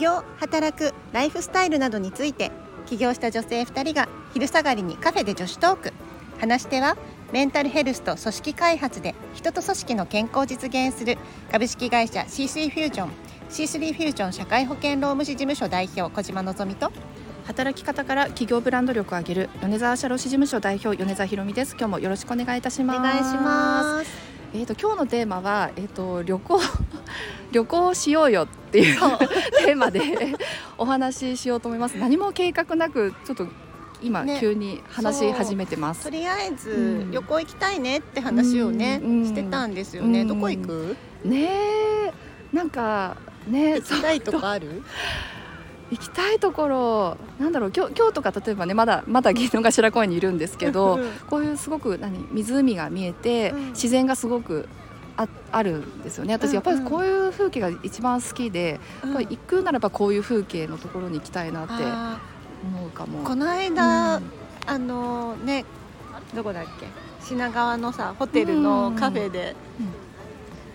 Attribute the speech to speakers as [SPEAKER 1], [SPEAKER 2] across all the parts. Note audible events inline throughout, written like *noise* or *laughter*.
[SPEAKER 1] 業働くライフスタイルなどについて起業した女性2人が昼下がりにカフェで女子トーク話し手はメンタルヘルスと組織開発で人と組織の健康を実現する株式会社 C3 フュージョン C3 フュージョン社会保険労務士事務所代表小島のぞみと
[SPEAKER 2] 働き方から企業ブランド力を上げる米沢社労士事務所代表米沢ひろみです今日もよろしくお願いいたしますす
[SPEAKER 1] す
[SPEAKER 2] えっ、と今日のテーマはえっ、と旅行 *laughs* 旅行しようよっていう *laughs* テーマでお話ししようと思います何も計画なくちょっと今、
[SPEAKER 1] ね
[SPEAKER 2] 急に話し始めてます
[SPEAKER 1] とりあえ
[SPEAKER 2] う
[SPEAKER 1] ず
[SPEAKER 2] ん
[SPEAKER 1] 旅行行きたいねって話をね、
[SPEAKER 2] うん
[SPEAKER 1] してたんですよね、
[SPEAKER 2] うん
[SPEAKER 1] どこ行く
[SPEAKER 2] ねえなんかね
[SPEAKER 1] 行きたいとかある
[SPEAKER 2] 行きたいところなんだろう今日今日とか例えばねまだまだ芸能頭公園にいるんですけどこういうすごく何湖が見えて、
[SPEAKER 1] うん
[SPEAKER 2] 自然がすごくああるんですよね私やっぱり
[SPEAKER 1] うんうん
[SPEAKER 2] こういう風景が一番好きで、やっぱり行くならばこういう風景のところに行きたいなって
[SPEAKER 1] あ
[SPEAKER 2] 思うかも。
[SPEAKER 1] ーこの間、あのねどこだっけ品川のさホテルのカフェで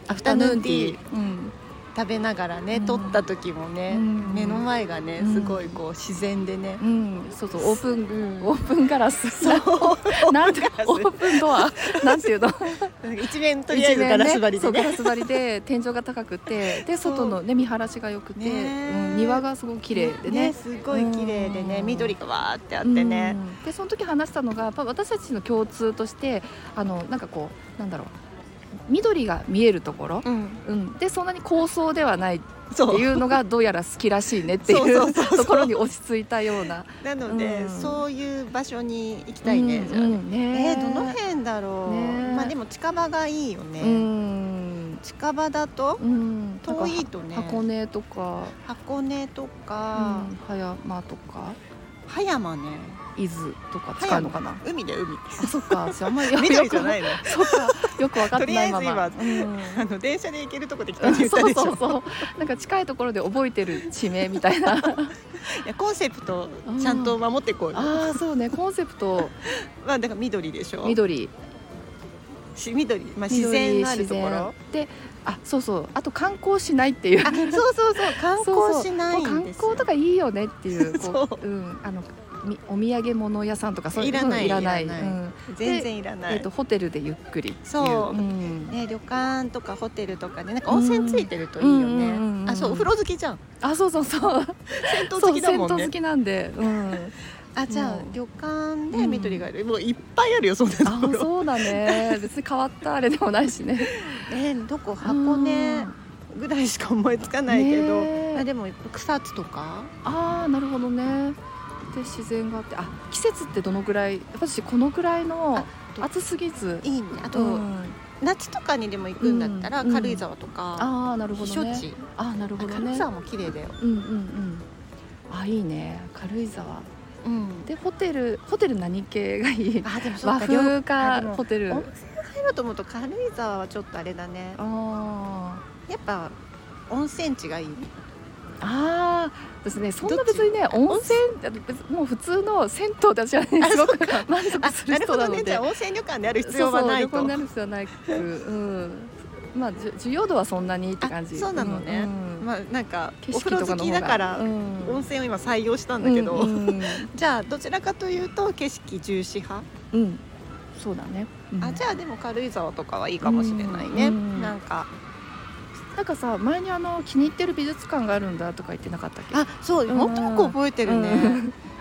[SPEAKER 2] ア
[SPEAKER 1] フタヌーンティー
[SPEAKER 2] ー、うん
[SPEAKER 1] 食べながらね、
[SPEAKER 2] うん
[SPEAKER 1] 撮った時もね、
[SPEAKER 2] うん
[SPEAKER 1] 目の前がね
[SPEAKER 2] うん
[SPEAKER 1] すごいこう自然でね、
[SPEAKER 2] うん、そうそうオープン、
[SPEAKER 1] うん
[SPEAKER 2] オープンガラス
[SPEAKER 1] *laughs* そう
[SPEAKER 2] なんて
[SPEAKER 1] オープンガラス
[SPEAKER 2] オープンドアなんていうの
[SPEAKER 1] *laughs* 一面とりあえずガラス張りで
[SPEAKER 2] そうガラ
[SPEAKER 1] ね
[SPEAKER 2] ス張りで天井が高くてで
[SPEAKER 1] *laughs* そう
[SPEAKER 2] 外の、ね、見晴らしが良くて、
[SPEAKER 1] ねえ
[SPEAKER 2] うん庭がすごく綺麗でね。
[SPEAKER 1] すごい綺麗でね
[SPEAKER 2] うん
[SPEAKER 1] 緑がわーってあってね、
[SPEAKER 2] うんでその時話したのがやっぱ私たちの共通としてあのなんかこうなんだろう緑が見えるところ、
[SPEAKER 1] うん、
[SPEAKER 2] うん、でそんなに高層ではないっ
[SPEAKER 1] そ
[SPEAKER 2] て
[SPEAKER 1] う
[SPEAKER 2] いう
[SPEAKER 1] *laughs*
[SPEAKER 2] のがどうやら好きらしいねってい
[SPEAKER 1] そう
[SPEAKER 2] う
[SPEAKER 1] そうそうそう
[SPEAKER 2] ところに落ち着いたような。
[SPEAKER 1] なので、
[SPEAKER 2] うん
[SPEAKER 1] そういう場所に行きたいね、
[SPEAKER 2] うん
[SPEAKER 1] じゃあね
[SPEAKER 2] うんね
[SPEAKER 1] えー、どの辺だろう、
[SPEAKER 2] ね
[SPEAKER 1] まあでも近場がいいよね、
[SPEAKER 2] うん
[SPEAKER 1] 近場だと
[SPEAKER 2] うん、
[SPEAKER 1] 遠いとね
[SPEAKER 2] なんか箱根とか、
[SPEAKER 1] 箱根とか、
[SPEAKER 2] うん、葉山とか
[SPEAKER 1] 葉山ね
[SPEAKER 2] 伊豆とか使うのかな。
[SPEAKER 1] 海で海
[SPEAKER 2] あそっか、私あんまり。
[SPEAKER 1] *laughs* 緑じゃないいの
[SPEAKER 2] *laughs* そっか、よくわかってないまま。
[SPEAKER 1] とり
[SPEAKER 2] うん
[SPEAKER 1] あの電車で行けるとこで来
[SPEAKER 2] う
[SPEAKER 1] た
[SPEAKER 2] ん
[SPEAKER 1] って言った
[SPEAKER 2] *laughs* そう
[SPEAKER 1] でしょ
[SPEAKER 2] そうそうなんか近いところで覚えてる地名みた
[SPEAKER 1] *laughs*
[SPEAKER 2] いな
[SPEAKER 1] *laughs* いやコンセプトちゃんと守ってこうよ、
[SPEAKER 2] ああそうねコンセプト
[SPEAKER 1] まあだから緑でしょ
[SPEAKER 2] 緑
[SPEAKER 1] し緑、まあ、
[SPEAKER 2] 緑
[SPEAKER 1] 自然のあるところ
[SPEAKER 2] 自然であそうそうあと観光しないっていう
[SPEAKER 1] あそうそうそう観光しないんですよ
[SPEAKER 2] もう観光とかいいよねっていうこ
[SPEAKER 1] *laughs* そう
[SPEAKER 2] う、うん、あのみお土産物屋さんとかそういう
[SPEAKER 1] いらない
[SPEAKER 2] うんいらない
[SPEAKER 1] いらない
[SPEAKER 2] うん
[SPEAKER 1] 全然いらな
[SPEAKER 2] え
[SPEAKER 1] い、
[SPEAKER 2] っとホテルでゆっくりっていう
[SPEAKER 1] そうんね、旅館とかホテルとかねなんか温泉ついてるといいよね、
[SPEAKER 2] うんうんうんうん
[SPEAKER 1] あそうお風呂好きじゃん
[SPEAKER 2] あそうそうそう
[SPEAKER 1] 銭湯好
[SPEAKER 2] そう
[SPEAKER 1] きだもん
[SPEAKER 2] 銭湯
[SPEAKER 1] ね
[SPEAKER 2] 好きなんで、うん、
[SPEAKER 1] あじゃあ
[SPEAKER 2] うん
[SPEAKER 1] 旅館で緑がいる、もういっぱいあるよそんな
[SPEAKER 2] *laughs* あ
[SPEAKER 1] ところ、
[SPEAKER 2] そうだね別に変わったあれでもないしね
[SPEAKER 1] えーどこ *laughs* 箱
[SPEAKER 2] う
[SPEAKER 1] 根
[SPEAKER 2] ん
[SPEAKER 1] ぐらいしか思いつかないけど、
[SPEAKER 2] ねえ
[SPEAKER 1] あでも草津とか
[SPEAKER 2] ああなるほどねで自然があってあ季節ってどのぐらい私このぐらいの
[SPEAKER 1] と
[SPEAKER 2] 暑すぎず
[SPEAKER 1] いいねあと、
[SPEAKER 2] うん
[SPEAKER 1] 夏とかにでも行くんだったら
[SPEAKER 2] うん
[SPEAKER 1] 軽井沢とか、
[SPEAKER 2] ああなるほど
[SPEAKER 1] 避
[SPEAKER 2] ね
[SPEAKER 1] 暑地
[SPEAKER 2] あーなるほど
[SPEAKER 1] 軽井
[SPEAKER 2] ね
[SPEAKER 1] 沢も綺麗だよ、
[SPEAKER 2] うんうんうんあいいね軽井沢
[SPEAKER 1] うん、
[SPEAKER 2] でホテルホテル何系がいい
[SPEAKER 1] あでもそ
[SPEAKER 2] 和
[SPEAKER 1] っか両
[SPEAKER 2] 風
[SPEAKER 1] あで
[SPEAKER 2] か
[SPEAKER 1] も
[SPEAKER 2] ホテル
[SPEAKER 1] 温泉入ろうと思うと軽井沢はちょっとあれだね
[SPEAKER 2] あ
[SPEAKER 1] やっぱ温泉地がいい
[SPEAKER 2] ーあーですねそん
[SPEAKER 1] ど
[SPEAKER 2] な
[SPEAKER 1] っち
[SPEAKER 2] 別にね温泉別もう普通の銭湯で私はね
[SPEAKER 1] あ
[SPEAKER 2] すご
[SPEAKER 1] そう
[SPEAKER 2] く
[SPEAKER 1] か
[SPEAKER 2] 満 *laughs* 足する
[SPEAKER 1] なる
[SPEAKER 2] 人
[SPEAKER 1] ほ
[SPEAKER 2] な
[SPEAKER 1] ど
[SPEAKER 2] の
[SPEAKER 1] ねじ
[SPEAKER 2] で
[SPEAKER 1] ゃあ温泉旅館である
[SPEAKER 2] そう
[SPEAKER 1] 必要はない
[SPEAKER 2] そう旅行
[SPEAKER 1] と
[SPEAKER 2] になる必要はないく、うん、まあじゅ需要度はそんなにって感じ
[SPEAKER 1] あそうなのね
[SPEAKER 2] うん
[SPEAKER 1] まあなんか
[SPEAKER 2] 景
[SPEAKER 1] お
[SPEAKER 2] 色
[SPEAKER 1] 風
[SPEAKER 2] と
[SPEAKER 1] 呂好
[SPEAKER 2] かの
[SPEAKER 1] き
[SPEAKER 2] 方
[SPEAKER 1] だ
[SPEAKER 2] が
[SPEAKER 1] から
[SPEAKER 2] うん
[SPEAKER 1] 温泉を今採用したんだけど、
[SPEAKER 2] うんうん
[SPEAKER 1] じゃあどちらかというと景色重視派、
[SPEAKER 2] うんそうだね、うん
[SPEAKER 1] あじゃあでも軽井沢とかはいいかもしれないね、
[SPEAKER 2] うん
[SPEAKER 1] なんか
[SPEAKER 2] なんかさ前にあの気に入ってる美術館があるんだとか言ってなかったっけ
[SPEAKER 1] あそう、
[SPEAKER 2] うん
[SPEAKER 1] 本当よく覚えてるね、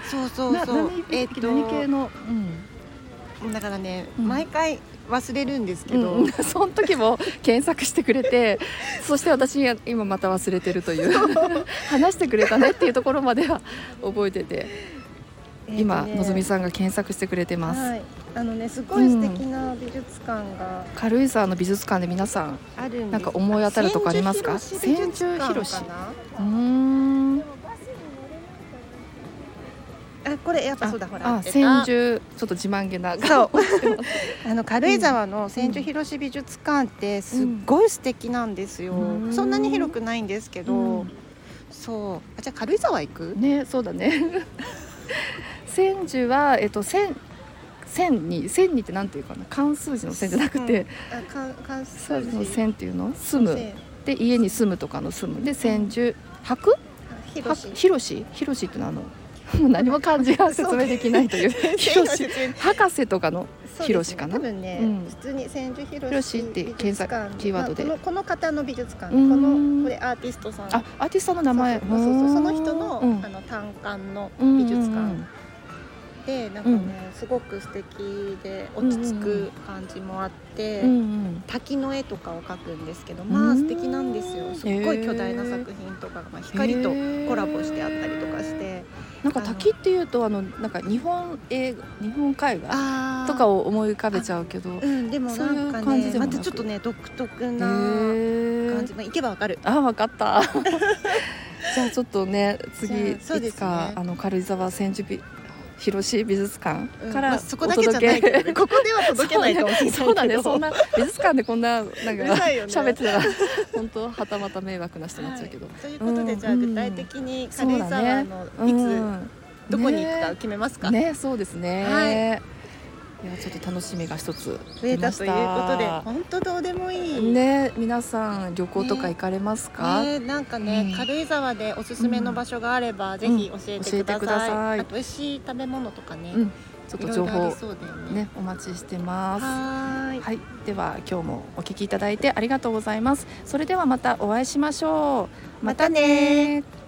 [SPEAKER 2] う
[SPEAKER 1] そうそう
[SPEAKER 2] な
[SPEAKER 1] そう
[SPEAKER 2] 何
[SPEAKER 1] えっ、
[SPEAKER 2] 何系
[SPEAKER 1] と
[SPEAKER 2] の、うん
[SPEAKER 1] だからね、
[SPEAKER 2] うん
[SPEAKER 1] 毎回忘れるんですけ
[SPEAKER 2] う
[SPEAKER 1] ど、
[SPEAKER 2] ん、 *laughs* その時も検索してくれてそして私が今また忘れてるという *laughs* 話してくれたねっていうところまでは覚えてて、今のぞみ
[SPEAKER 1] さ
[SPEAKER 2] さんが検索してくれてます、
[SPEAKER 1] はい、あのねすごい素敵な美術館が
[SPEAKER 2] 軽井沢の美術館で皆さん
[SPEAKER 1] あるんです
[SPEAKER 2] なんか思い当たるとこありますか
[SPEAKER 1] 千住
[SPEAKER 2] 千住
[SPEAKER 1] 博
[SPEAKER 2] 博
[SPEAKER 1] 士
[SPEAKER 2] 士
[SPEAKER 1] かな
[SPEAKER 2] うーん
[SPEAKER 1] あこれやっぱそうだほら
[SPEAKER 2] あ
[SPEAKER 1] 出た
[SPEAKER 2] 千住ちょっと自慢げな
[SPEAKER 1] そうあの軽井沢の千住広志美術館ってすっごい素敵なんですよ、
[SPEAKER 2] うん
[SPEAKER 1] そんなに広くないんですけど、
[SPEAKER 2] うん
[SPEAKER 1] そうあじゃあ軽井沢行く
[SPEAKER 2] *laughs* ねそうだね *laughs* 千住はえっと千千に千にってなんていうかな漢数字の千じゃなくて、
[SPEAKER 1] あかん関西
[SPEAKER 2] 数字の千っていうの住むで家に住むとかの住むで千住博
[SPEAKER 1] ひろ
[SPEAKER 2] は
[SPEAKER 1] し
[SPEAKER 2] ひろしひろしってのはあの *laughs* もう何も漢字が説明できないというひ
[SPEAKER 1] *laughs*
[SPEAKER 2] ろし博士とかのひろしかな
[SPEAKER 1] 多分ね、
[SPEAKER 2] うん
[SPEAKER 1] 普通に千住ひろし
[SPEAKER 2] ひろしって検
[SPEAKER 1] 美
[SPEAKER 2] 索
[SPEAKER 1] 術館
[SPEAKER 2] キーワードで
[SPEAKER 1] まあこのこの方の美術館
[SPEAKER 2] う
[SPEAKER 1] こ
[SPEAKER 2] ーん
[SPEAKER 1] のこれアーティストさん
[SPEAKER 2] あアーティストの名前
[SPEAKER 1] そうそうそうそうその人の,、
[SPEAKER 2] うん
[SPEAKER 1] あの単館の美術
[SPEAKER 2] うんうんう
[SPEAKER 1] 館
[SPEAKER 2] ん
[SPEAKER 1] で、なんかねすごく素敵で落ち着く感じもあって、
[SPEAKER 2] うんうん
[SPEAKER 1] 滝の絵とかを描くんですけどまあ素敵なんです
[SPEAKER 2] う
[SPEAKER 1] よ
[SPEAKER 2] ん
[SPEAKER 1] すっごい巨大な作品とかが、まあ、光とコラボしてあったりとかして
[SPEAKER 2] なんか滝っていうとあのなんか日本映画日本絵画
[SPEAKER 1] あ
[SPEAKER 2] とかを思い浮かべちゃうけどへ
[SPEAKER 1] うんでもなんか
[SPEAKER 2] そういう感
[SPEAKER 1] ね
[SPEAKER 2] じでも
[SPEAKER 1] ま
[SPEAKER 2] なく
[SPEAKER 1] たちょっとね独特な感じ、
[SPEAKER 2] え
[SPEAKER 1] まあ、行けばわかる
[SPEAKER 2] あわかっ
[SPEAKER 1] *laughs*
[SPEAKER 2] たじゃあちょっとね次
[SPEAKER 1] じゃあそう
[SPEAKER 2] い
[SPEAKER 1] ですね
[SPEAKER 2] つかあの軽井沢千住美広し美術館
[SPEAKER 1] うん
[SPEAKER 2] か
[SPEAKER 1] ま
[SPEAKER 2] ら
[SPEAKER 1] あ
[SPEAKER 2] お
[SPEAKER 1] そこだけじゃ
[SPEAKER 2] 届
[SPEAKER 1] ないけど
[SPEAKER 2] け
[SPEAKER 1] ねここでは届けないかもしれないけど
[SPEAKER 2] そうだねそんな美術館でこんななんか
[SPEAKER 1] うるさいよね
[SPEAKER 2] 喋ってたら本当はたまた迷惑な人になっちゃうけど、
[SPEAKER 1] はいということで、
[SPEAKER 2] うん
[SPEAKER 1] じゃあ
[SPEAKER 2] うん
[SPEAKER 1] 具体的に軽井沢の
[SPEAKER 2] う
[SPEAKER 1] いつ、
[SPEAKER 2] ん
[SPEAKER 1] どこに行くかを
[SPEAKER 2] ね
[SPEAKER 1] 決めますか、
[SPEAKER 2] ねそうですね、、
[SPEAKER 1] はい
[SPEAKER 2] やちょっと楽しみが一つ
[SPEAKER 1] 増えたということで
[SPEAKER 2] 出ま
[SPEAKER 1] 本当どうでもい
[SPEAKER 2] した
[SPEAKER 1] い、
[SPEAKER 2] ね皆さん旅行とか行かれますか、
[SPEAKER 1] ねなんかね、
[SPEAKER 2] うん
[SPEAKER 1] 軽井沢でおすすめの場所があれば、ぜひ教えてくだ
[SPEAKER 2] 教えてくだ
[SPEAKER 1] さ
[SPEAKER 2] さ
[SPEAKER 1] い。
[SPEAKER 2] い
[SPEAKER 1] あと美味しい食べ物とかね、
[SPEAKER 2] うんちょ
[SPEAKER 1] い
[SPEAKER 2] っと
[SPEAKER 1] ろい
[SPEAKER 2] 情
[SPEAKER 1] ろあ
[SPEAKER 2] 報
[SPEAKER 1] りそうだよね。
[SPEAKER 2] ねお待ちしてます
[SPEAKER 1] はーい。
[SPEAKER 2] はい、では今日もお聞きいただいてありがとうございます。それではまたお会いしましょう。
[SPEAKER 1] またね
[SPEAKER 2] またね